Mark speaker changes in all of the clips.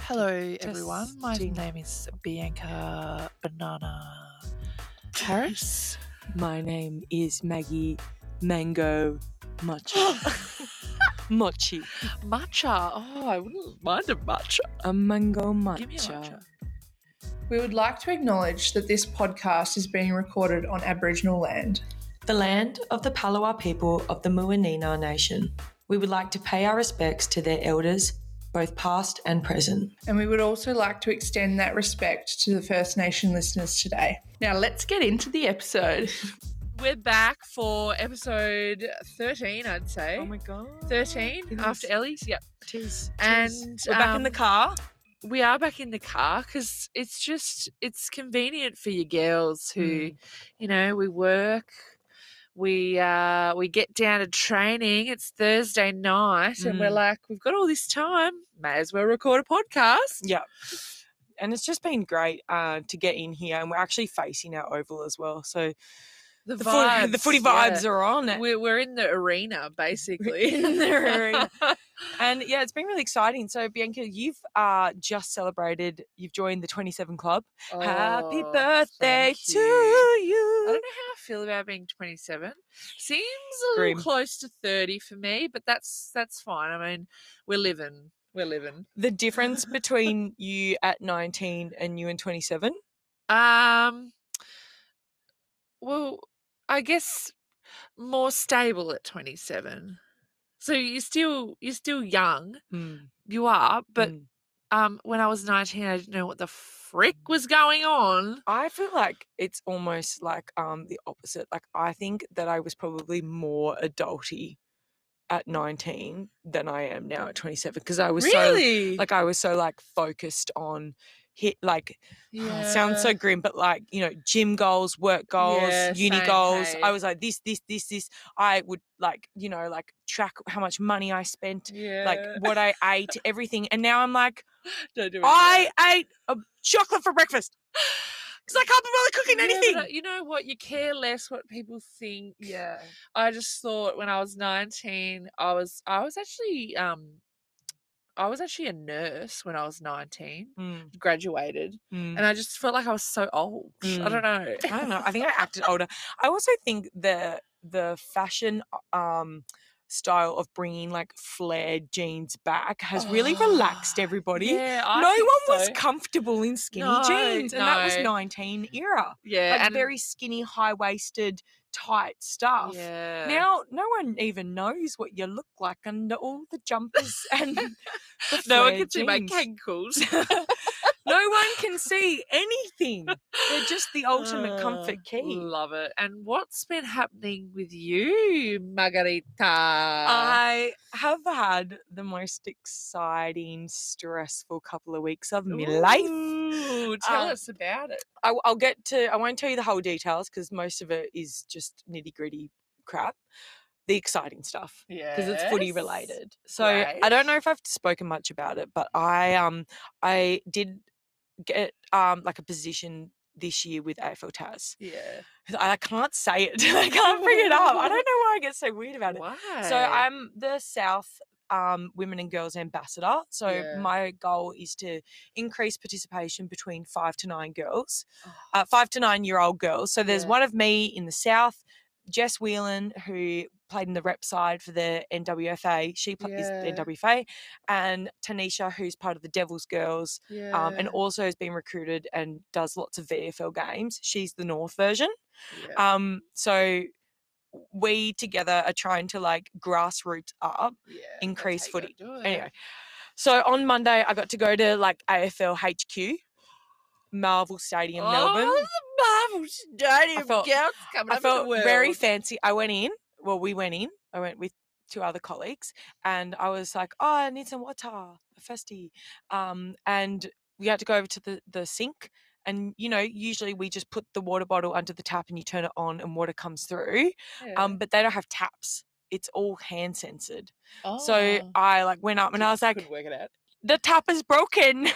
Speaker 1: Hello, everyone. My
Speaker 2: Testing.
Speaker 1: name is Bianca Banana Harris.
Speaker 2: My name is Maggie Mango Matcha. Mochi.
Speaker 1: matcha. Oh, I wouldn't mind a matcha.
Speaker 2: A mango
Speaker 1: Give me a
Speaker 2: matcha.
Speaker 1: matcha.
Speaker 3: We would like to acknowledge that this podcast is being recorded on Aboriginal land.
Speaker 4: the land of the Palawa people of the Muinina Nation. We would like to pay our respects to their elders, both past and present.
Speaker 3: And we would also like to extend that respect to the First Nation listeners today. Now, let's get into the episode.
Speaker 1: We're back for episode 13, I'd say.
Speaker 2: Oh my god.
Speaker 1: 13
Speaker 2: Goodness.
Speaker 1: after Ellie's. Yep.
Speaker 2: Jeez.
Speaker 1: And
Speaker 4: We're back in the
Speaker 1: um,
Speaker 4: car.
Speaker 1: we are back in the car because it's just it's convenient for your girls who
Speaker 2: Mm.
Speaker 1: you know we work we uh we get down to training it's thursday night and we're
Speaker 2: Mm.
Speaker 1: like we've got all this time may as well record a podcast
Speaker 2: Yeah.
Speaker 1: Yeah,
Speaker 2: And it's just been great uh, to get in here, and we're actually facing our oval as well. So
Speaker 1: the,
Speaker 2: the, foot- the footy vibes are on.
Speaker 1: we're, we're in the arena basically
Speaker 2: in the arena. And yeah, it's been really exciting. So, Bianca, you've uh, just celebrated, you've joined the 27 Club. Happy
Speaker 1: Oh,
Speaker 2: birthday
Speaker 1: thank
Speaker 2: to
Speaker 1: you. I
Speaker 2: you.
Speaker 1: don't know how I feel about being 27. Seems a
Speaker 2: Grim.
Speaker 1: little close to 30 for me, but that's that's fine. I mean, we're living. We're living.
Speaker 2: The difference between you at 19 and you in 27?
Speaker 1: Um well, I guess more stable at 27. So you're still you're still young. You are, but
Speaker 2: Mm.
Speaker 1: um when I was 19, I didn't know what the frick was going on.
Speaker 2: I feel like it's almost like um the opposite. Like I think that I was probably more adulty
Speaker 1: Mm.
Speaker 2: at 19 than I am now at 27 because I was so like I was so like focused on hit like oh, it sounds so grim but like you know gym goals work goals
Speaker 1: Yeah,
Speaker 2: uni
Speaker 1: same,
Speaker 2: goals
Speaker 1: hey.
Speaker 2: i was like this this this this i would like you know like track how much money i spent
Speaker 1: yeah.
Speaker 2: like what i ate everything and now i'm like
Speaker 1: Don't do any of that.
Speaker 2: I ate a chocolate for breakfast because I can't be bothered cooking
Speaker 1: Yeah, but
Speaker 2: anything.
Speaker 1: I- you know what? You care less what people think.
Speaker 3: Yeah.
Speaker 1: I just thought when I was 19, I was I was actually um I was actually a nurse when I was 19, graduated, and I just felt like I was so old. I
Speaker 2: Mm.
Speaker 1: don't know.
Speaker 2: I don't know. I think I acted older. I also think the the fashion um style of bringing like flared jeans back has really relaxed
Speaker 1: Oh,
Speaker 2: everybody.
Speaker 1: Yeah, I
Speaker 2: No
Speaker 1: think
Speaker 2: one was
Speaker 1: so.
Speaker 2: comfortable in skinny
Speaker 1: No,
Speaker 2: jeans, and that was
Speaker 1: no.
Speaker 2: 19 era.
Speaker 1: yeah,
Speaker 2: Like
Speaker 1: and
Speaker 2: very skinny, high waisted, tight stuff.
Speaker 1: yeah.
Speaker 2: Now, no one even knows what you look like under all the jumpers and the
Speaker 1: no one
Speaker 2: flared
Speaker 1: can see my
Speaker 2: jeans.
Speaker 1: cankles.
Speaker 2: No one can see anything. They're just the ultimate comfort
Speaker 1: Uh,
Speaker 2: key.
Speaker 1: Love it. And what's been happening with you, Margarita?
Speaker 2: I have had the most exciting, stressful couple of weeks of my life.
Speaker 1: Ooh, tell
Speaker 2: Um,
Speaker 1: us about it.
Speaker 2: I, will get to, I won't tell you the whole details because most of it is just nitty gritty crap. The exciting stuff.
Speaker 1: Yeah,
Speaker 2: because it's footy related. So I
Speaker 1: Right.
Speaker 2: don't know if I've spoken much about it, but I um I did get um like a position this year with AFL Taz.
Speaker 1: Yeah.
Speaker 2: 'Cause I can't say it. I can't bring it up. I don't know why I get so weird about it.
Speaker 1: Why?
Speaker 2: So I'm the South um, Women and Girls Ambassador. So
Speaker 1: Yeah.
Speaker 2: my goal is to increase participation between five to nine girls, uh, five to nine year old girls. So there's
Speaker 1: Yeah.
Speaker 2: one of me in the South, Jess Whelan, who played in the rep side for the NWFA. She pla- is
Speaker 1: Yeah.
Speaker 2: the NWFA, and Tanisha, who's part of the Devil's Girls,
Speaker 1: yeah.
Speaker 2: um, and also has been recruited and does lots of VFL games. She's the North version.
Speaker 1: yeah.
Speaker 2: Um, so we together are trying to like grassroots up.
Speaker 1: yeah,
Speaker 2: increase
Speaker 1: that's how you
Speaker 2: footy.
Speaker 1: gotta do it.
Speaker 2: Anyway, so on Monday I got to go to like AFL HQ, Marvel Stadium, Melbourne.
Speaker 1: Oh, the Marvel Stadium
Speaker 2: felt-
Speaker 1: girls coming
Speaker 2: I
Speaker 1: up in the
Speaker 2: felt very
Speaker 1: world.
Speaker 2: fancy. I went in. Well, we went in. I went with two other colleagues, and I was like, "Oh, I need some water, a festy," um, and we had to go over to the the sink. And you know, usually we just put the water bottle under the tap and you turn it on and water comes through.
Speaker 1: Yeah.
Speaker 2: um, but they don't have taps. It's all hand censored. So
Speaker 1: Oh,
Speaker 2: I like went up and I was like,
Speaker 1: couldn't work it out.
Speaker 2: the tap is broken.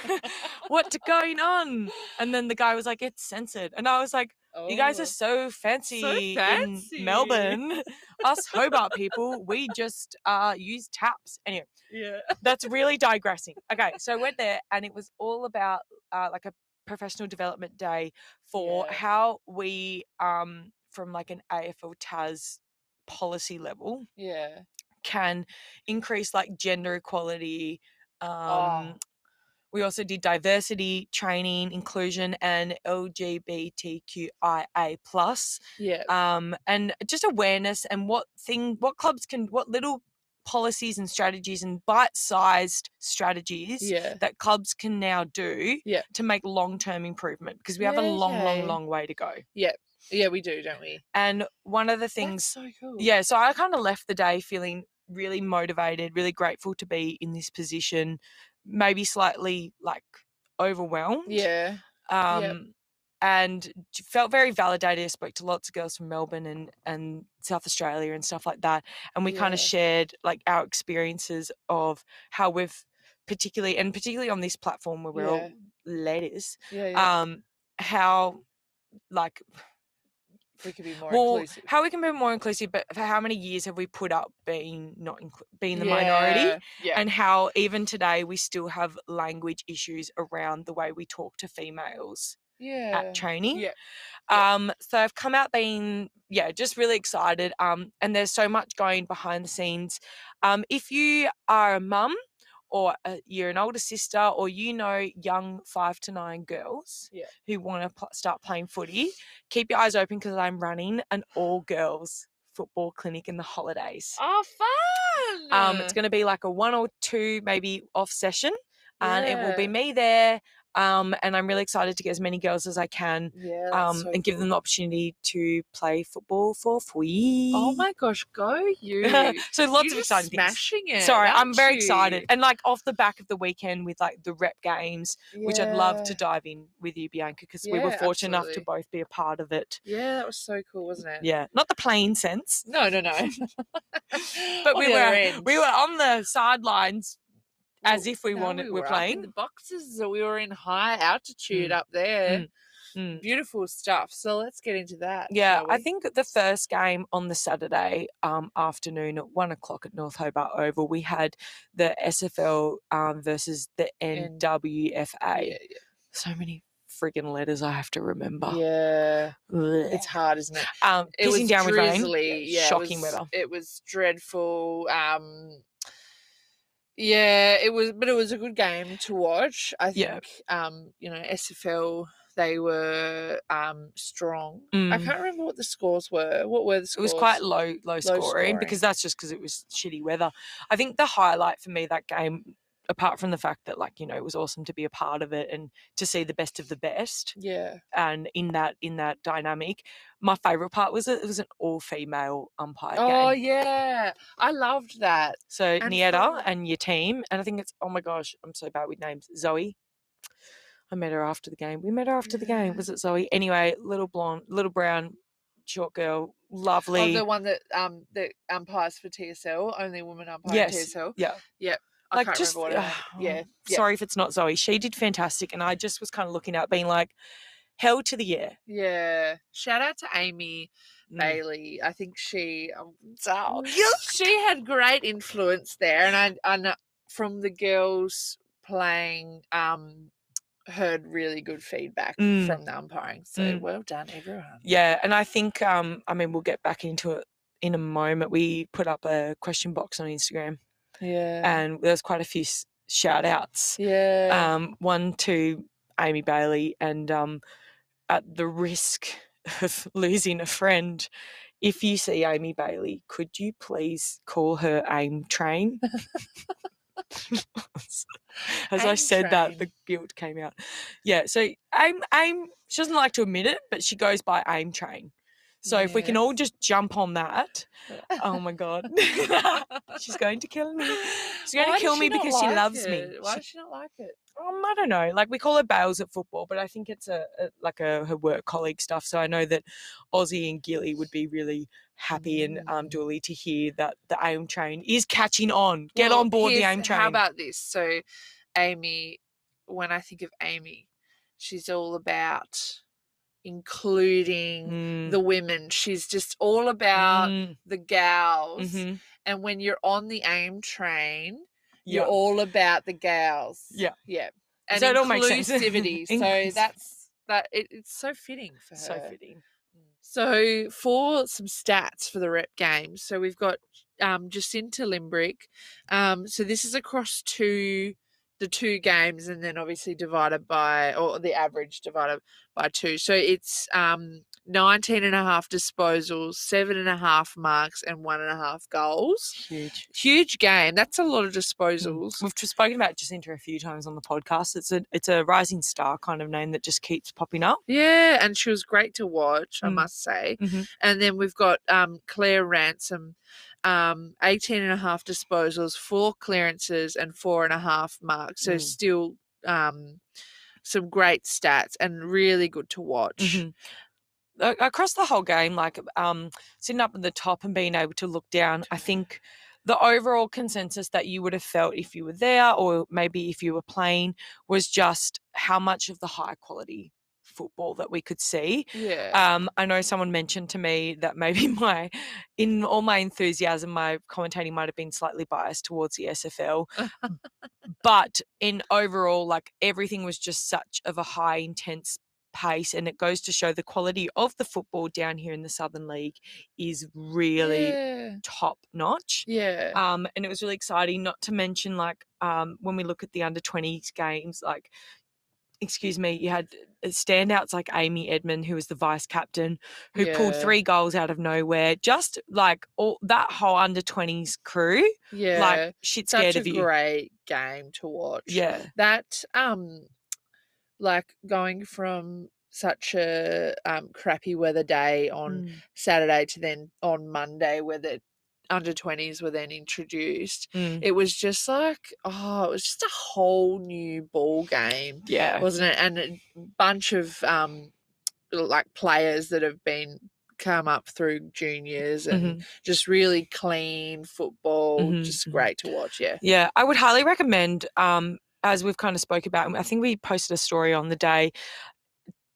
Speaker 2: What's going on? And then the guy was like, it's censored. And I was like, uh, You guys
Speaker 1: Oh.
Speaker 2: are so fancy,
Speaker 1: fancy.
Speaker 2: in Melbourne. Us Hobart people, we just uh, use taps. Anyway,
Speaker 1: yeah.
Speaker 2: that's really digressing. Okay, so I went there and it was all about uh, like a professional development day for
Speaker 1: Yeah.
Speaker 2: how we, um, from like an AFL TAS policy level,
Speaker 1: Yeah.
Speaker 2: can increase like gender equality. Um,
Speaker 1: Oh.
Speaker 2: We also did diversity training, inclusion, and LGBTQIA plus,
Speaker 1: Yeah.
Speaker 2: um, and just awareness and what thing, what clubs can, what little policies and strategies and bite-sized strategies
Speaker 1: Yeah.
Speaker 2: that clubs can now do
Speaker 1: Yeah.
Speaker 2: to make long-term improvement because we have a long,
Speaker 1: Yay.
Speaker 2: long, long way to go.
Speaker 1: Yeah, we do, don't we?
Speaker 2: And one of the
Speaker 1: Things
Speaker 2: things
Speaker 1: so cool.
Speaker 2: yeah, so I kind of left the day feeling really motivated, really grateful to be in this position, maybe slightly like overwhelmed.
Speaker 1: Yeah.
Speaker 2: Um,
Speaker 1: yep.
Speaker 2: And j- felt very validated. I spoke to lots of girls from Melbourne and, and South Australia and stuff like that. And we kind
Speaker 1: Yeah.
Speaker 2: of shared like our experiences of how we've particularly, and particularly on this platform where we're all letters,
Speaker 1: Yeah. yeah.
Speaker 2: um, how like
Speaker 1: we could be more
Speaker 2: well,
Speaker 1: inclusive.
Speaker 2: how we can be more inclusive, but for how many years have we put up being not inclu- being the
Speaker 1: Yeah,
Speaker 2: minority,
Speaker 1: Yeah.
Speaker 2: and how even today we still have language issues around the way we talk to females
Speaker 1: yeah.
Speaker 2: at training.
Speaker 1: Yeah. yeah.
Speaker 2: Um, so I've come out being yeah, just really excited. Um, and there's so much going behind the scenes. Um, if you are a mum or a, you're an older sister or you know young five to nine girls
Speaker 1: Yeah.
Speaker 2: who want to pl- start playing footy, keep your eyes open because I'm running an all girls football clinic in the holidays.
Speaker 1: Oh, fun.
Speaker 2: Um, it's going to be like a one or two maybe off session, and it will be
Speaker 1: Yeah.
Speaker 2: me there. Um, and I'm really excited to get as many girls as I can
Speaker 1: yeah, that's
Speaker 2: um,
Speaker 1: so
Speaker 2: and give them the opportunity to play football for free.
Speaker 1: cool. Oh my gosh, go you!
Speaker 2: so lots
Speaker 1: You
Speaker 2: of
Speaker 1: were
Speaker 2: exciting things.
Speaker 1: smashing it.
Speaker 2: Sorry, I'm
Speaker 1: aren't
Speaker 2: very
Speaker 1: you?
Speaker 2: excited. And like off the back of the weekend with like the rep games, which I'd love to
Speaker 1: Yeah.
Speaker 2: dive in with you, Bianca, because we were
Speaker 1: Yeah,
Speaker 2: fortunate enough to
Speaker 1: absolutely.
Speaker 2: both be a part of it.
Speaker 1: Yeah, that was so cool, wasn't it?
Speaker 2: Yeah. Not the playing sense.
Speaker 1: No, no, no.
Speaker 2: But
Speaker 1: On
Speaker 2: we
Speaker 1: the other
Speaker 2: were
Speaker 1: end.
Speaker 2: we were on the sidelines as
Speaker 1: Well,
Speaker 2: if we
Speaker 1: no,
Speaker 2: wanted
Speaker 1: we
Speaker 2: we're
Speaker 1: were up in
Speaker 2: playing.
Speaker 1: the boxes that we were in high altitude up there.
Speaker 2: Mm.
Speaker 1: Beautiful stuff. So let's get into that.
Speaker 2: Yeah,
Speaker 1: shall
Speaker 2: I
Speaker 1: we?
Speaker 2: think the first game on the Saturday um, afternoon at one o'clock at North Hobart Oval, we had the SFL um, versus the
Speaker 1: N-
Speaker 2: NWFA.
Speaker 1: Yeah,
Speaker 2: So many friggin' letters I have to remember.
Speaker 1: yeah. yeah.
Speaker 2: Blech.
Speaker 1: It's hard, isn't it?
Speaker 2: um,
Speaker 1: It
Speaker 2: pissing
Speaker 1: was
Speaker 2: down with rain.
Speaker 1: drizzly. Yeah, it
Speaker 2: shocking
Speaker 1: was-
Speaker 2: weather.
Speaker 1: It was dreadful. Um, yeah, it was, but it was a good game to watch. I
Speaker 2: Yeah.
Speaker 1: think, um, you know, SFL they were um strong. I
Speaker 2: Mm.
Speaker 1: can't remember what the scores were. What were the
Speaker 2: It
Speaker 1: scores?
Speaker 2: was quite low, low, scoring,
Speaker 1: scoring.
Speaker 2: because that's just because it was shitty weather. I think the highlight for me that game, apart from the fact that like you know it was awesome to be a part of it and to see the best of the best,
Speaker 1: Yeah.
Speaker 2: and in that in that dynamic, my favorite part was that it was an all female umpire
Speaker 1: Oh
Speaker 2: game.
Speaker 1: yeah, I loved that.
Speaker 2: So
Speaker 1: and
Speaker 2: Nieta
Speaker 1: fun.
Speaker 2: and your team, and I think it's oh my gosh, I'm so bad with names. Zoe, I met her after the game. We met her after the game. Was it Zoe? Anyway, little blonde, little brown, short
Speaker 1: Oh,
Speaker 2: girl, lovely.
Speaker 1: the one that um that umpires for TSL, only woman umpire
Speaker 2: Yes,
Speaker 1: for TSL.
Speaker 2: yeah.
Speaker 1: Yep. I
Speaker 2: like
Speaker 1: can't
Speaker 2: just
Speaker 1: remember what her name- yeah.
Speaker 2: ugh, oh,
Speaker 1: yeah.
Speaker 2: Sorry if it's not Zoe. She did fantastic, and I just was kind of looking out, being like, hell to the air.
Speaker 1: Yeah. Shout out to Amy
Speaker 2: Mm.
Speaker 1: Bailey. I think she um, oh, she had great influence there and I and uh, from the girls playing um heard really good feedback
Speaker 2: Mm.
Speaker 1: from the umpiring. So
Speaker 2: Mm.
Speaker 1: well done everyone.
Speaker 2: Yeah, and I think um, I mean we'll get back into it in a moment. We put up a question box on Instagram,
Speaker 1: Yeah.
Speaker 2: and there's quite a few s- shout outs.
Speaker 1: yeah.
Speaker 2: Um, one to Amy Bailey, and um, at the risk of losing a friend, if you see Amy Bailey, could you please call her AIM Train? As I
Speaker 1: AIM
Speaker 2: said that, the
Speaker 1: Train.
Speaker 2: guilt came out. Yeah, so AIM, AIM, she doesn't like to admit it, but she goes by AIM Train. So if we can
Speaker 1: Yeah.
Speaker 2: all just jump on that, oh my God. She's going to kill me. She's going
Speaker 1: Why does
Speaker 2: to kill
Speaker 1: she
Speaker 2: me
Speaker 1: not
Speaker 2: because she
Speaker 1: like
Speaker 2: loves me.
Speaker 1: it? Why
Speaker 2: She-
Speaker 1: does she not like it?
Speaker 2: um, I don't know. Like we call her Bales at football, but I think it's a, a like a her work colleague stuff. So I know that Aussie and Gilly would be really happy and
Speaker 1: Mm.
Speaker 2: um, Dooley to hear that the AIM train is catching on. Get
Speaker 1: Well,
Speaker 2: on board the
Speaker 1: here's-
Speaker 2: AIM train.
Speaker 1: How about this? So, Amy, when I think of Amy, she's all about including
Speaker 2: Mm.
Speaker 1: the women. She's just all about
Speaker 2: Mm,
Speaker 1: the gals.
Speaker 2: mhm.
Speaker 1: And when you're on the AIM train,
Speaker 2: Yeah.
Speaker 1: you're all about the gals.
Speaker 2: Yeah.
Speaker 1: Yeah. And
Speaker 2: So it all makes sense.
Speaker 1: inclusivity. so
Speaker 2: Inclus-
Speaker 1: that's that it, it's so fitting for her.
Speaker 2: So fitting.
Speaker 1: Mm. So for some stats for the rep game, so we've got um, Jacinta Limbrick. Um, so this is across two, the two games, and then obviously divided by or the average divided by two. So it's um, 19 and a half disposals, seven and a half marks, and one and a half goals.
Speaker 2: Huge.
Speaker 1: Huge game. That's a lot of disposals.
Speaker 2: We've just spoken about Jacinta a few times on the podcast. It's a it's a rising star kind of name that just keeps popping up.
Speaker 1: Yeah, and she was great to watch, I
Speaker 2: Mm.
Speaker 1: must say.
Speaker 2: Mhm.
Speaker 1: And then we've got um, Claire Ransom, um, 18 and a half disposals, four clearances, and four and a half marks. So
Speaker 2: Mm.
Speaker 1: still um, some great stats and really good to watch.
Speaker 2: Mhm. A- Across the whole game, like um, sitting up at the top and being able to look down, I think the overall consensus that you would have felt if you were there or maybe if you were playing was just how much of the high quality football that we could see.
Speaker 1: Yeah.
Speaker 2: Um, I know someone mentioned to me that maybe my, in all my enthusiasm, my commentating might have been slightly biased towards the SFL, but in overall, like everything was just such of a high intense pace, and it goes to show the quality of the football down here in the Southern League is really
Speaker 1: Yeah.
Speaker 2: top notch.
Speaker 1: Yeah.
Speaker 2: Um, and it was really exciting. Not to mention, like um, when we look at the under 20s games, like excuse me, you had uh, standouts like Amy Edmond, who was the vice captain, who pulled
Speaker 1: Yeah.
Speaker 2: three goals out of nowhere. Just like all that whole under 20s crew,
Speaker 1: yeah.
Speaker 2: like shit
Speaker 1: Such
Speaker 2: scared
Speaker 1: a
Speaker 2: of you.
Speaker 1: great game to watch.
Speaker 2: yeah.
Speaker 1: that um like going from such a um crappy weather day on
Speaker 2: Mm.
Speaker 1: Saturday to then on Monday where the under 20s were then introduced
Speaker 2: Mm.
Speaker 1: it was just like oh it was just a whole new ball game
Speaker 2: Yeah.
Speaker 1: wasn't it and a bunch of um like players that have been come up through juniors and
Speaker 2: Mhm.
Speaker 1: just really clean football
Speaker 2: Mhm,
Speaker 1: just
Speaker 2: mhm.
Speaker 1: great to watch yeah
Speaker 2: Yeah, I would highly recommend. Um, as we've kind of spoke about, and I think we posted a story on the day.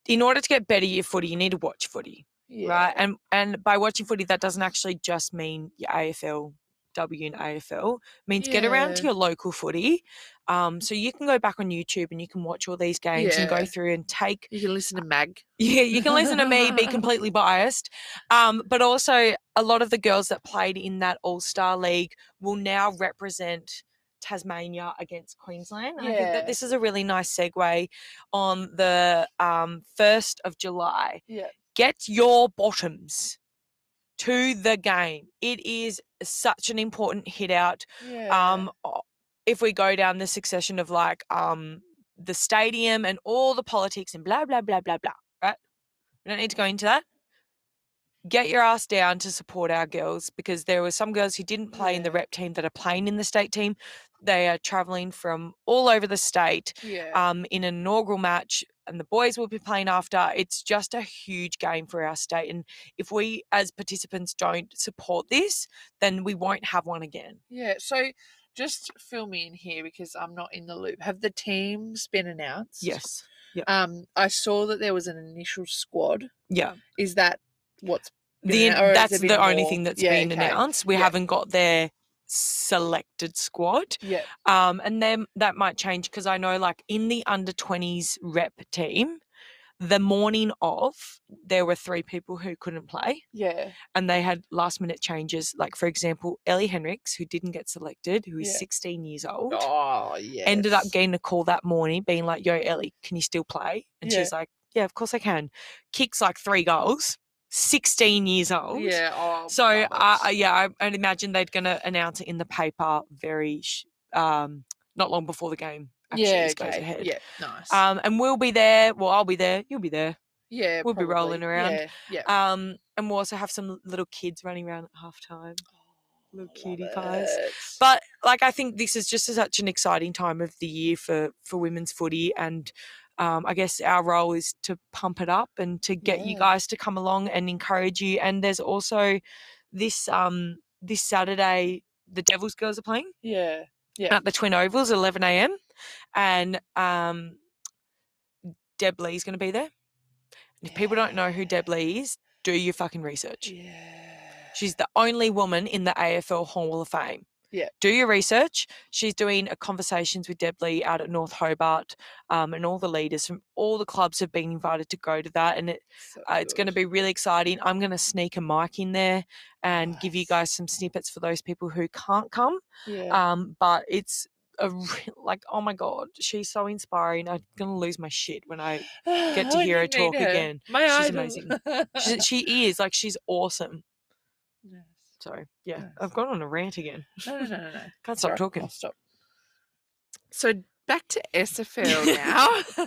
Speaker 2: In order to get better at your footy, you need to watch footy,
Speaker 1: yeah
Speaker 2: right? And and by watching footy, that doesn't actually just mean your AFL, W and AFL. It means get around
Speaker 1: Yeah.
Speaker 2: to
Speaker 1: Mm.
Speaker 2: your local footy. Um, so you can go back on YouTube and you can watch all these games and
Speaker 1: Yeah.
Speaker 2: go through and take
Speaker 1: you can
Speaker 2: Uh,
Speaker 1: listen to mag
Speaker 2: yeah, you can listen to me be completely biased. Um, but also, a lot of the girls that played in that All Star League will now represent Tasmania against Queensland. And I think
Speaker 1: Yeah.
Speaker 2: that this is a really nice segue on the um, 1st of July.
Speaker 1: Yeah.
Speaker 2: Get your bottoms to the game. It is such an important hit out
Speaker 1: yeah
Speaker 2: um o- if we go down the succession of like um the stadium and all the politics and blah blah blah blah blah right we don't need to go into that get your ass down to support our girls because there were some girls who didn't play in the
Speaker 1: Yeah.
Speaker 2: rep team that are playing in the state team they are traveling from all over the state
Speaker 1: yeah
Speaker 2: um in an inaugural match and the boys will be playing after it's just a huge game for our state and if we as participants don't support this then we won't have one again
Speaker 1: Yeah, so just fill me in here because I'm not in the loop. Have the teams been announced?
Speaker 2: yes
Speaker 1: Um, I saw that there was an initial squad.
Speaker 2: Yeah.
Speaker 1: Is that what's been
Speaker 2: The,
Speaker 1: annou- or has
Speaker 2: that's
Speaker 1: there been
Speaker 2: the only
Speaker 1: more?
Speaker 2: thing that's
Speaker 1: Yeah,
Speaker 2: been
Speaker 1: okay.
Speaker 2: announced. We
Speaker 1: Yeah.
Speaker 2: haven't got their selected squad.
Speaker 1: Yeah,
Speaker 2: Um, and then that might change because I know like in the under 20s rep team, the morning of, there were three people who couldn't play
Speaker 1: yeah,
Speaker 2: and they had last minute changes. Like, for example, Ellie Henricks, who didn't get selected, who is
Speaker 1: Yeah.
Speaker 2: 16 years old,
Speaker 1: oh yeah.
Speaker 2: ended up getting a call that morning being like, Yo, Ellie, can you still play? And
Speaker 1: Yeah.
Speaker 2: she's like, Yeah, of course I can. Kicks like three goals, 16 years old.
Speaker 1: Yeah. Oh,
Speaker 2: So,
Speaker 1: oh,
Speaker 2: uh, uh,
Speaker 1: that's-
Speaker 2: yeah, I, I'd imagine they're going to announce it in the paper very sh- um, not long before the game actually
Speaker 1: yeah.
Speaker 2: goes
Speaker 1: okay,
Speaker 2: ahead.
Speaker 1: Yeah. Nice.
Speaker 2: Um, and we'll be there. Well, I'll be there. You'll be there.
Speaker 1: yeah.
Speaker 2: we'll be rolling
Speaker 1: probably,
Speaker 2: around.
Speaker 1: Yeah. yeah.
Speaker 2: Um, and we'll also have some little kids running around at halftime. Little
Speaker 1: I Oh, love
Speaker 2: cutie pies.
Speaker 1: it.
Speaker 2: But like, I think this is just such an exciting time of the year for for women's footy, and um, I guess our role is to pump it up and to get you
Speaker 1: Yeah.
Speaker 2: guys to come along and encourage you. And there's also this um, this Saturday, the Devils girls are playing
Speaker 1: yeah. Yeah.
Speaker 2: at the Twin Ovals, 11 a.m. And um, Deb Lee's going to be there. If people don't know who Deb Lee is, do your fucking research.
Speaker 1: Yeah.
Speaker 2: She's the only woman in the AFL Hall of Fame.
Speaker 1: Yeah.
Speaker 2: Do your research. She's doing a conversations with Deb Lee out at North Hobart, um, and all the leaders from all the clubs have been invited to go to that, and it,
Speaker 1: So
Speaker 2: uh, it's going to
Speaker 1: good.
Speaker 2: be really exciting. I'm going to sneak a mic in there and give you
Speaker 1: Nice.
Speaker 2: guys some snippets for those people who can't come.
Speaker 1: Yeah.
Speaker 2: Um, but it's a re- like, oh my god, she's so inspiring. I'm going to lose my shit when I uh, get to
Speaker 1: I
Speaker 2: hear her
Speaker 1: didn't meet
Speaker 2: talk again.
Speaker 1: My
Speaker 2: She's
Speaker 1: idol.
Speaker 2: amazing. She, she is like she's awesome.
Speaker 1: Yes.
Speaker 2: So yeah,
Speaker 1: Nice.
Speaker 2: I've gone on a rant again.
Speaker 1: No, no, no, no, no.
Speaker 2: Can't
Speaker 1: Sorry,
Speaker 2: stop talking.
Speaker 1: I'll stop. So back to SFL now.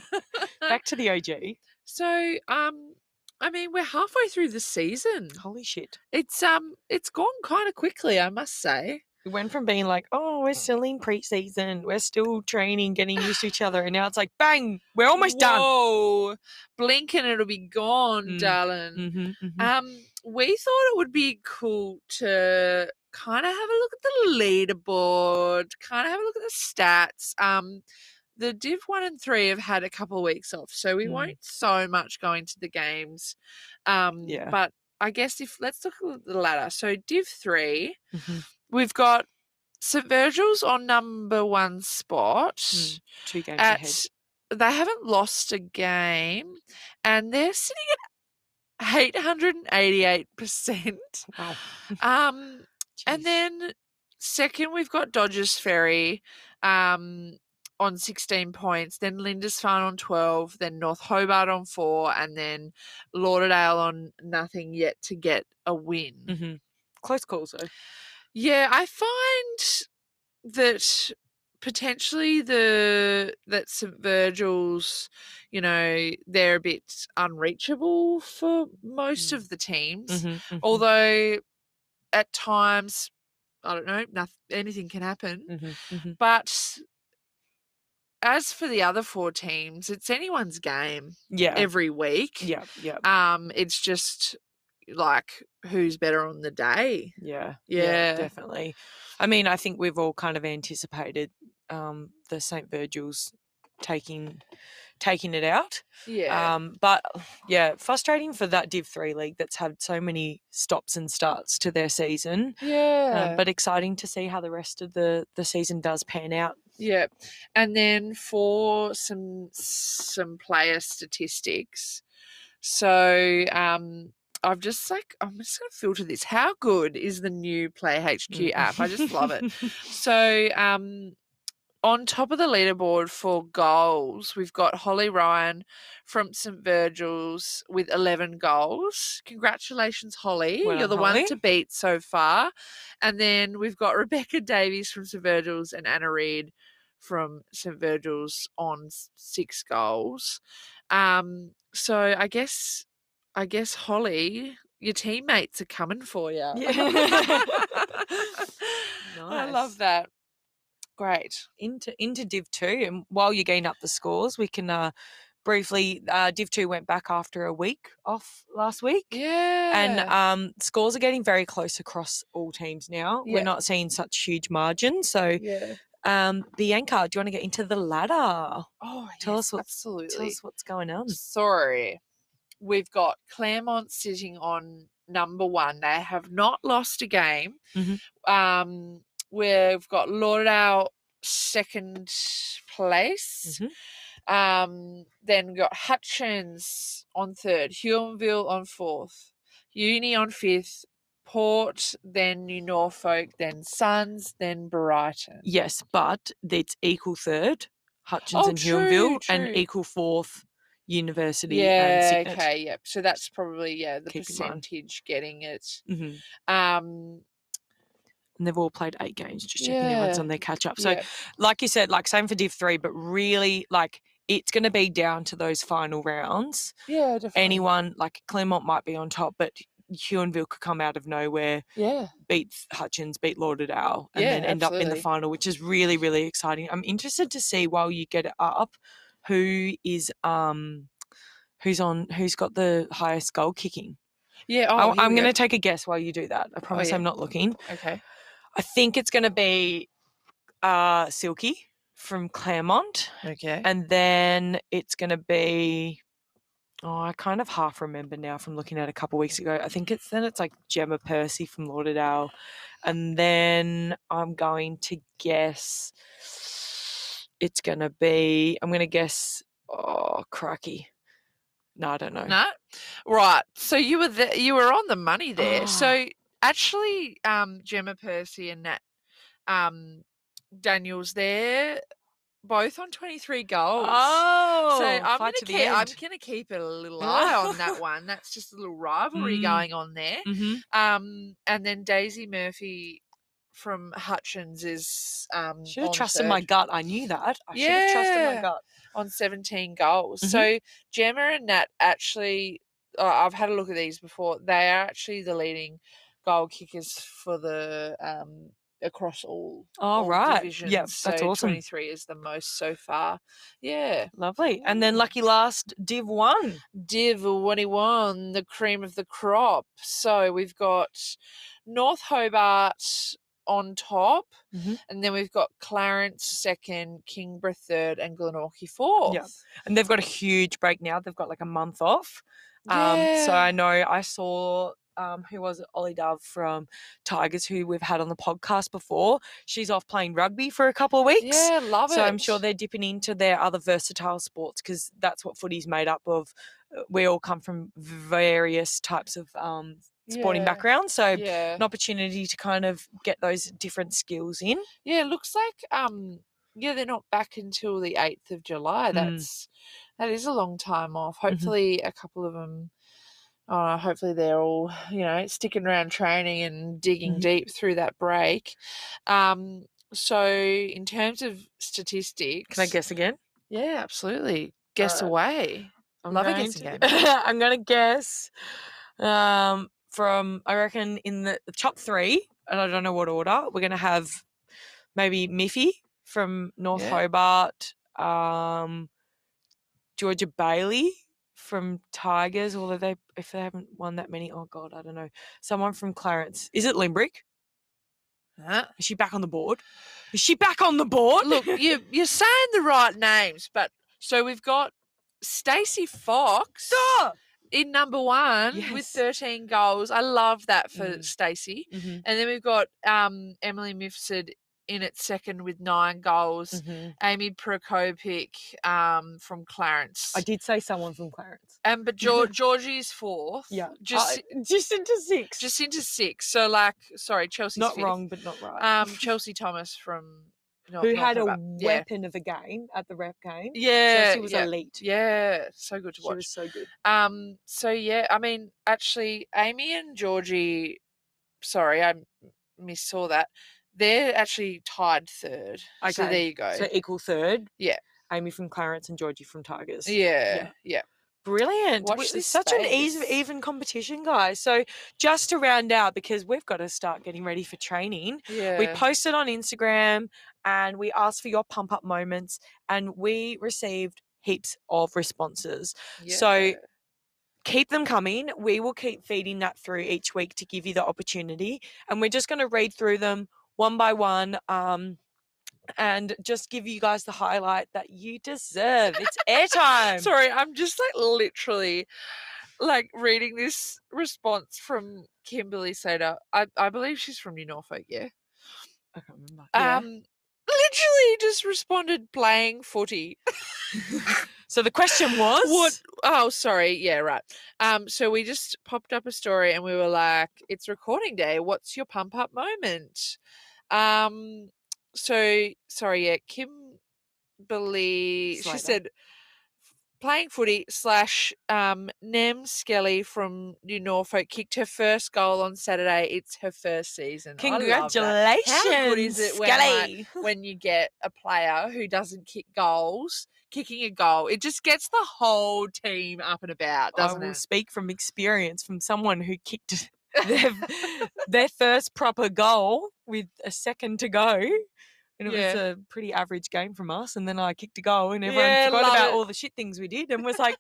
Speaker 2: Back to the OG.
Speaker 1: so, um, I mean, we're halfway through the season.
Speaker 2: Holy shit.
Speaker 1: It's um, it's gone kind of quickly, I must say.
Speaker 2: It went from being like, oh,
Speaker 1: Mm.
Speaker 2: we're still in preseason, we're still training, getting used to each other, and now it's like, bang, we're almost done.
Speaker 1: Whoa, blink and it'll be gone,
Speaker 2: Mm,
Speaker 1: darling.
Speaker 2: Mhm, mhm.
Speaker 1: Um, we thought it would be cool to kind of have a look at the leaderboard, kind of have a look at the stats. Um, the Div 1 and 3 have had a couple of weeks off, so we
Speaker 2: Mm.
Speaker 1: won't so much go into the games. Um,
Speaker 2: Yeah.
Speaker 1: But I guess if let's look at the ladder. So, Div 3,
Speaker 2: Mhm.
Speaker 1: we've got St. Virgil's on number one spot
Speaker 2: Mm, Two games ahead.
Speaker 1: at they haven't lost a game and they're sitting at 888%.
Speaker 2: Wow.
Speaker 1: Um
Speaker 2: Oh, Jeez.
Speaker 1: and then second we've got Dodgers Ferry um on 16 points, then Lindisfarne on 12, then North Hobart on 4 and then Lauderdale on nothing yet to get a win.
Speaker 2: Mhm. close calls though.
Speaker 1: Yeah, I find that potentially the that St Virgil's, you know, they're a bit unreachable for most
Speaker 2: Mm.
Speaker 1: of the teams.
Speaker 2: Mhm, mhm,
Speaker 1: Although at times, I don't know, nothing, anything can happen.
Speaker 2: mhm, mhm.
Speaker 1: But as for the other four teams, it's anyone's game
Speaker 2: Yeah.
Speaker 1: every week.
Speaker 2: yeah. Yeah.
Speaker 1: Um, it's just like who's better on the day.
Speaker 2: Yeah.
Speaker 1: Yeah.
Speaker 2: Definitely. I mean, I think we've all kind of anticipated um, the St. Virgil's taking taking it out.
Speaker 1: Yeah.
Speaker 2: Um, but yeah, frustrating for that Div Three league that's had so many stops and starts to their season.
Speaker 1: yeah.
Speaker 2: Um, but exciting to see how the rest of the the season does pan out.
Speaker 1: Yeah. And then for some some player statistics. So um I've just like I'm just gonna filter this. How good is the new Play HQ
Speaker 2: Mm.
Speaker 1: app? I just love it. So um on top of the leaderboard for goals, we've got Holly Ryan from St Virgil's with 11 goals. Congratulations, Holly. You're
Speaker 2: Well,
Speaker 1: the one
Speaker 2: Holly.
Speaker 1: to beat so far. And then we've got Rebecca Davies from St Virgil's and Anna Reid from St Virgil's on s- six goals. Um, so I guess, I guess Holly, your teammates are coming for you.
Speaker 2: Yeah.
Speaker 1: I
Speaker 2: Nice.
Speaker 1: love that. Great.
Speaker 2: into into Div Two, and while you gain up the scores, we can uh, briefly uh, Div Two went back after a week off last week.
Speaker 1: Yeah.
Speaker 2: And um, scores are getting very close across all teams now.
Speaker 1: Yeah.
Speaker 2: We're not seeing such huge margins. So,
Speaker 1: yeah.
Speaker 2: um, Bianca, do you want to get into the ladder?
Speaker 1: Oh,
Speaker 2: Tell
Speaker 1: yes,
Speaker 2: us what's-
Speaker 1: absolutely.
Speaker 2: Tell us what's going on.
Speaker 1: Sorry. We've got Claremont sitting on number one. They have not lost a game.
Speaker 2: Mhm.
Speaker 1: Um, we've got Lauderdale second place.
Speaker 2: Mhm.
Speaker 1: Um, then we've got Hutchins on third, Huonville on fourth, Uni on fifth, Port, then New Norfolk, then Suns, then Brighton.
Speaker 2: Yes, but it's equal third, Hutchins
Speaker 1: Oh,
Speaker 2: and
Speaker 1: true,
Speaker 2: Huonville,
Speaker 1: true.
Speaker 2: and equal fourth, University
Speaker 1: yeah,
Speaker 2: and Signet.
Speaker 1: okay, yep. So that's probably yeah the
Speaker 2: um, Keep in mind.
Speaker 1: percentage getting it.
Speaker 2: Mhm.
Speaker 1: Um,
Speaker 2: And they've all played eight games, just checking everyone's
Speaker 1: Yeah.
Speaker 2: on their catch up. So,
Speaker 1: yeah,
Speaker 2: like you said, like same for Div 3, but really, like, it's going to be down to those final rounds.
Speaker 1: yeah, definitely.
Speaker 2: Anyone, like, Claremont might be on top, but Huonville could come out of nowhere.
Speaker 1: yeah,
Speaker 2: beat Hutchins, beat Lauderdale, and then
Speaker 1: Yeah,
Speaker 2: end up in
Speaker 1: absolutely.
Speaker 2: the final, which is really, really exciting. I'm interested to see while you get it up who is um who's on who's got the highest goal kicking.
Speaker 1: yeah. Oh,
Speaker 2: I,
Speaker 1: here
Speaker 2: I'm
Speaker 1: we
Speaker 2: going
Speaker 1: go. Oh,
Speaker 2: to take a guess while you do that. I promise
Speaker 1: yeah.
Speaker 2: I'm not looking.
Speaker 1: Okay.
Speaker 2: I think it's going to be uh Silky from Claremont,
Speaker 1: Okay.
Speaker 2: and then it's going to be Oh, I kind of half remember now from looking at a couple weeks ago. I think it's then it's like Gemma Percy from Lauderdale. And then I'm going to guess it's going to be, I'm going to guess, oh, crikey. No, I don't know.
Speaker 1: No, right. So you were the, you were on the money there.
Speaker 2: Ah.
Speaker 1: So actually, um, Gemma Percy and Nat um, Daniels, they're both on twenty three goals.
Speaker 2: Oh,
Speaker 1: so I'm gonna
Speaker 2: fight to the
Speaker 1: keep I'm
Speaker 2: end.
Speaker 1: gonna keep a little eye on that one. That's just a little rivalry
Speaker 2: Mm.
Speaker 1: going on there.
Speaker 2: Mhm.
Speaker 1: Um, and then Daisy Murphy from Hutchins is um
Speaker 2: Should have
Speaker 1: on
Speaker 2: trusted
Speaker 1: third
Speaker 2: my gut. I knew that. I should have trusted my
Speaker 1: Yeah.
Speaker 2: gut.
Speaker 1: on 17 goals.
Speaker 2: Mhm.
Speaker 1: So Gemma and Nat actually, uh, I've had a look at these before. They are actually the leading goal kickers for the um, across all.
Speaker 2: All
Speaker 1: all
Speaker 2: right.
Speaker 1: divisions.
Speaker 2: Yeah, that's
Speaker 1: so
Speaker 2: awesome.
Speaker 1: 23 is the most so far. Yeah.
Speaker 2: Lovely. And then lucky last, Div 1.
Speaker 1: Div 21, the cream of the crop. So we've got North Hobart on top,
Speaker 2: Mhm.
Speaker 1: and then we've got Clarence second, Kingborough third, and Glenorchy fourth.
Speaker 2: And they've got a huge break now. They've got like a month off. Um, So
Speaker 1: Yeah.
Speaker 2: I know I saw um, who was it? Ollie Dove from Tigers, who we've had on the podcast before. She's off playing rugby for a couple of weeks.
Speaker 1: Yeah, love it.
Speaker 2: so I'm sure they're dipping into their other versatile sports because that's what footy's made up of. Uh, We all come from various types of um, sporting
Speaker 1: Yeah.
Speaker 2: backgrounds. So
Speaker 1: Yeah,
Speaker 2: an opportunity to kind of get those different skills in.
Speaker 1: yeah. It looks like um, yeah, they're not back until the eighth of July.
Speaker 2: Mm. Mm-hmm.
Speaker 1: That's that is a long time off. Hopefully, a couple of them. Uh, hopefully they're all you know sticking around training and digging
Speaker 2: Mhm.
Speaker 1: deep through that break. Um, so in terms of statistics,
Speaker 2: Can I guess again?
Speaker 1: Yeah, absolutely. Guess
Speaker 2: Uh,
Speaker 1: away.
Speaker 2: I'm
Speaker 1: Love a
Speaker 2: going
Speaker 1: guessing
Speaker 2: to- I'm gonna guess um, from I reckon in the the top three, and I don't know what order. We're gonna have maybe Miffy from North
Speaker 1: Yeah.
Speaker 2: Hobart, um, Georgia Bailey from Tigers. Although they, if they haven't won that many, oh god, I don't know. Someone from Clarence. Is it Limbrick?
Speaker 1: Huh?
Speaker 2: Is she back on the board? Is she back on the board?
Speaker 1: Look, you you're saying the right names, but so we've got Stacey Fox.
Speaker 2: stop.
Speaker 1: in number one with
Speaker 2: Yes.
Speaker 1: 13 goals. I love that for
Speaker 2: Mm.
Speaker 1: Stacey. And then we've got um, Emily Mifsud in at second with nine goals. Amy Prokopic um, from Clarence.
Speaker 2: Mm. I did say someone from Clarence.
Speaker 1: and but Geor- Georgie's fourth.
Speaker 2: Yeah,
Speaker 1: Just
Speaker 2: just just into six.
Speaker 1: just into six. So like sorry, Chelsea's
Speaker 2: not
Speaker 1: fifth.
Speaker 2: wrong, but not right.
Speaker 1: Um Chelsea Thomas from Nor-
Speaker 2: Who
Speaker 1: North
Speaker 2: had a
Speaker 1: Hobart. Yeah.
Speaker 2: weapon of a game at the rep game?
Speaker 1: Yeah,
Speaker 2: she was
Speaker 1: yeah,
Speaker 2: elite.
Speaker 1: yeah, so good to
Speaker 2: she
Speaker 1: watch.
Speaker 2: was so good.
Speaker 1: Um, so yeah, I mean, actually, Amy and Georgie, sorry, I m- missaw that. They're actually tied third. So there
Speaker 2: Okay,
Speaker 1: you go.
Speaker 2: So equal third.
Speaker 1: Yeah.
Speaker 2: Amy from Clarence and Georgie from Tigers.
Speaker 1: yeah, yeah.
Speaker 2: Brilliant.
Speaker 1: Watch
Speaker 2: Watch
Speaker 1: this
Speaker 2: such an eas-
Speaker 1: space.
Speaker 2: even competition, guys. So just to round out, because we've got to start getting ready for training.
Speaker 1: Yeah.
Speaker 2: We posted on Instagram and we asked for your pump up moments and we received heaps of responses. so,
Speaker 1: yeah.
Speaker 2: keep them coming. We will keep feeding that through each week to give you the opportunity. And we're just going to read through them one by one um, and just give you guys the highlight that you deserve. It's airtime.
Speaker 1: sorry, I'm just like literally like reading this response from Kimberly Sada. I, I believe she's from New Norfolk, yeah.
Speaker 2: I can't remember.
Speaker 1: Um literally just responded playing footy.
Speaker 2: so the question was
Speaker 1: What? Oh, sorry. Yeah, right. Um, so we just popped up a story and we were like, "It's recording day. What's your pump up moment?" Um, so sorry. Yeah, Kimberly. She
Speaker 2: Slater.
Speaker 1: said, playing footy slash um, Nem Skelly from New Norfolk kicked her first goal on Saturday. It's her first season. I love that.
Speaker 2: Congratulations.
Speaker 1: How good is it when, like,
Speaker 2: Skelly?
Speaker 1: when you get a player who doesn't kick goals kicking a goal it just gets the whole team up and about doesn't
Speaker 2: I will
Speaker 1: it
Speaker 2: speak from experience from someone who kicked their, their first proper goal with a second to go. And it was
Speaker 1: Yeah.
Speaker 2: a pretty average game from us. And then I kicked a goal and everyone
Speaker 1: Yeah,
Speaker 2: forgot
Speaker 1: love
Speaker 2: about
Speaker 1: it.
Speaker 2: all the shit things we did and was like,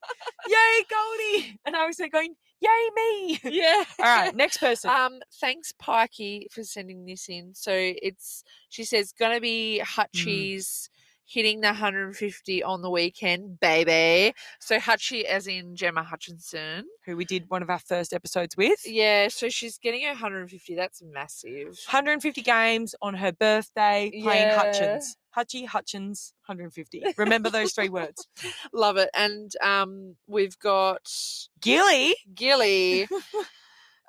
Speaker 2: Yay, Goldie! And I was there going, Yay me.
Speaker 1: yeah
Speaker 2: all right, next person.
Speaker 1: um thanks
Speaker 2: Mm-hmm.
Speaker 1: pikey for sending this in so it's she says gonna be hutchie's hitting the 150 on the weekend, baby. So Hutchie, as in Gemma Hutchinson.
Speaker 2: who we did one of our first episodes with.
Speaker 1: Yeah, so she's getting her 150. That's massive.
Speaker 2: 150 games on her birthday, playing
Speaker 1: Yeah.
Speaker 2: Hutchins. Hutchie Hutchins, 150. Remember those three words.
Speaker 1: Love it. And um, we've got
Speaker 2: Gilly,
Speaker 1: Gilly,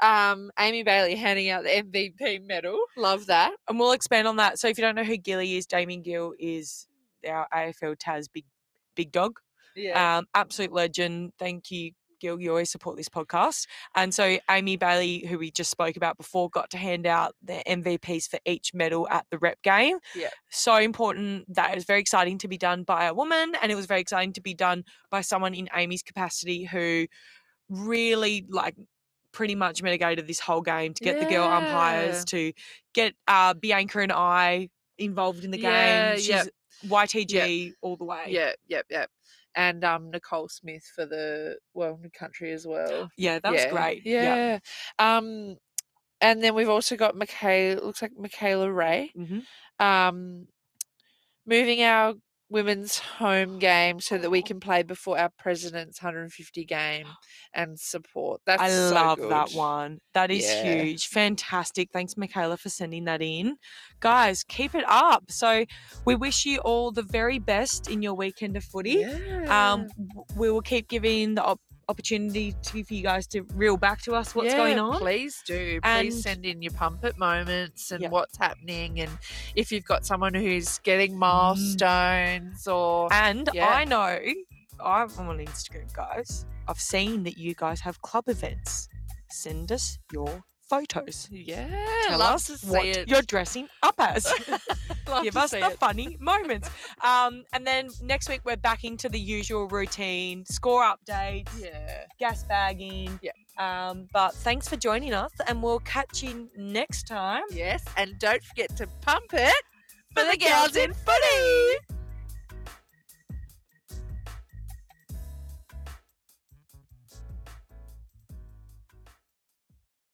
Speaker 1: um, Amy Bailey handing out the MVP medal. Love that.
Speaker 2: and we'll expand on that. So if you don't know who Gilly is, Damien Gill is our AFL Taz big big dog.
Speaker 1: Yeah.
Speaker 2: Um, absolute legend. Thank you, Gil. You always support this podcast. And so Amy Bailey, who we just spoke about before, got to hand out the MVPs for each medal at the rep game.
Speaker 1: Yep.
Speaker 2: So important that it was very exciting to be done by a woman, and it was very exciting to be done by someone in Amy's capacity who really like pretty much mitigated this whole game to get the girl umpires to get uh Bianca and I involved in the game.
Speaker 1: Yeah, yep.
Speaker 2: She's YTG all the way.
Speaker 1: yeah, yep, yep. And um, Nicole Smith for the Wellington Country as well.
Speaker 2: Yeah, that
Speaker 1: yeah.
Speaker 2: was great.
Speaker 1: Yeah. Um, and then we've also got Michaela. Looks like Michaela Ray.
Speaker 2: Mm-hmm.
Speaker 1: Um, moving our women's home game so that we can play before our president's 150 game and support. That's
Speaker 2: I
Speaker 1: so
Speaker 2: love that
Speaker 1: good.
Speaker 2: one. That is
Speaker 1: Yeah.
Speaker 2: huge. Fantastic. Thanks, Michaela, for sending that in. Guys, keep it up. So we wish you all the very best in your weekend of footy.
Speaker 1: Yeah.
Speaker 2: Um, w- we will keep giving the op- opportunity to, for you guys to reel back to us what's
Speaker 1: Yeah,
Speaker 2: going on.
Speaker 1: Please do. Please
Speaker 2: And-
Speaker 1: send in your pump at moments and
Speaker 2: Yep.
Speaker 1: what's happening, and if you've got someone who's
Speaker 2: Mm.
Speaker 1: getting milestones or
Speaker 2: And
Speaker 1: Yeah.
Speaker 2: I know I'm on Instagram, guys. I've seen that you guys have club events. Send us your photos.
Speaker 1: yeah,
Speaker 2: Tell
Speaker 1: love
Speaker 2: us
Speaker 1: to see
Speaker 2: what
Speaker 1: it.
Speaker 2: you're dressing up as.
Speaker 1: Love
Speaker 2: give
Speaker 1: to
Speaker 2: us
Speaker 1: see
Speaker 2: the
Speaker 1: it.
Speaker 2: funny moments. Um, and then next week we're back into the usual routine, score updates,
Speaker 1: Yeah.
Speaker 2: gas bagging.
Speaker 1: Yeah.
Speaker 2: Um, but thanks for joining us, and we'll catch you next time
Speaker 1: Yes, and don't forget to pump it for the girls in
Speaker 2: footy.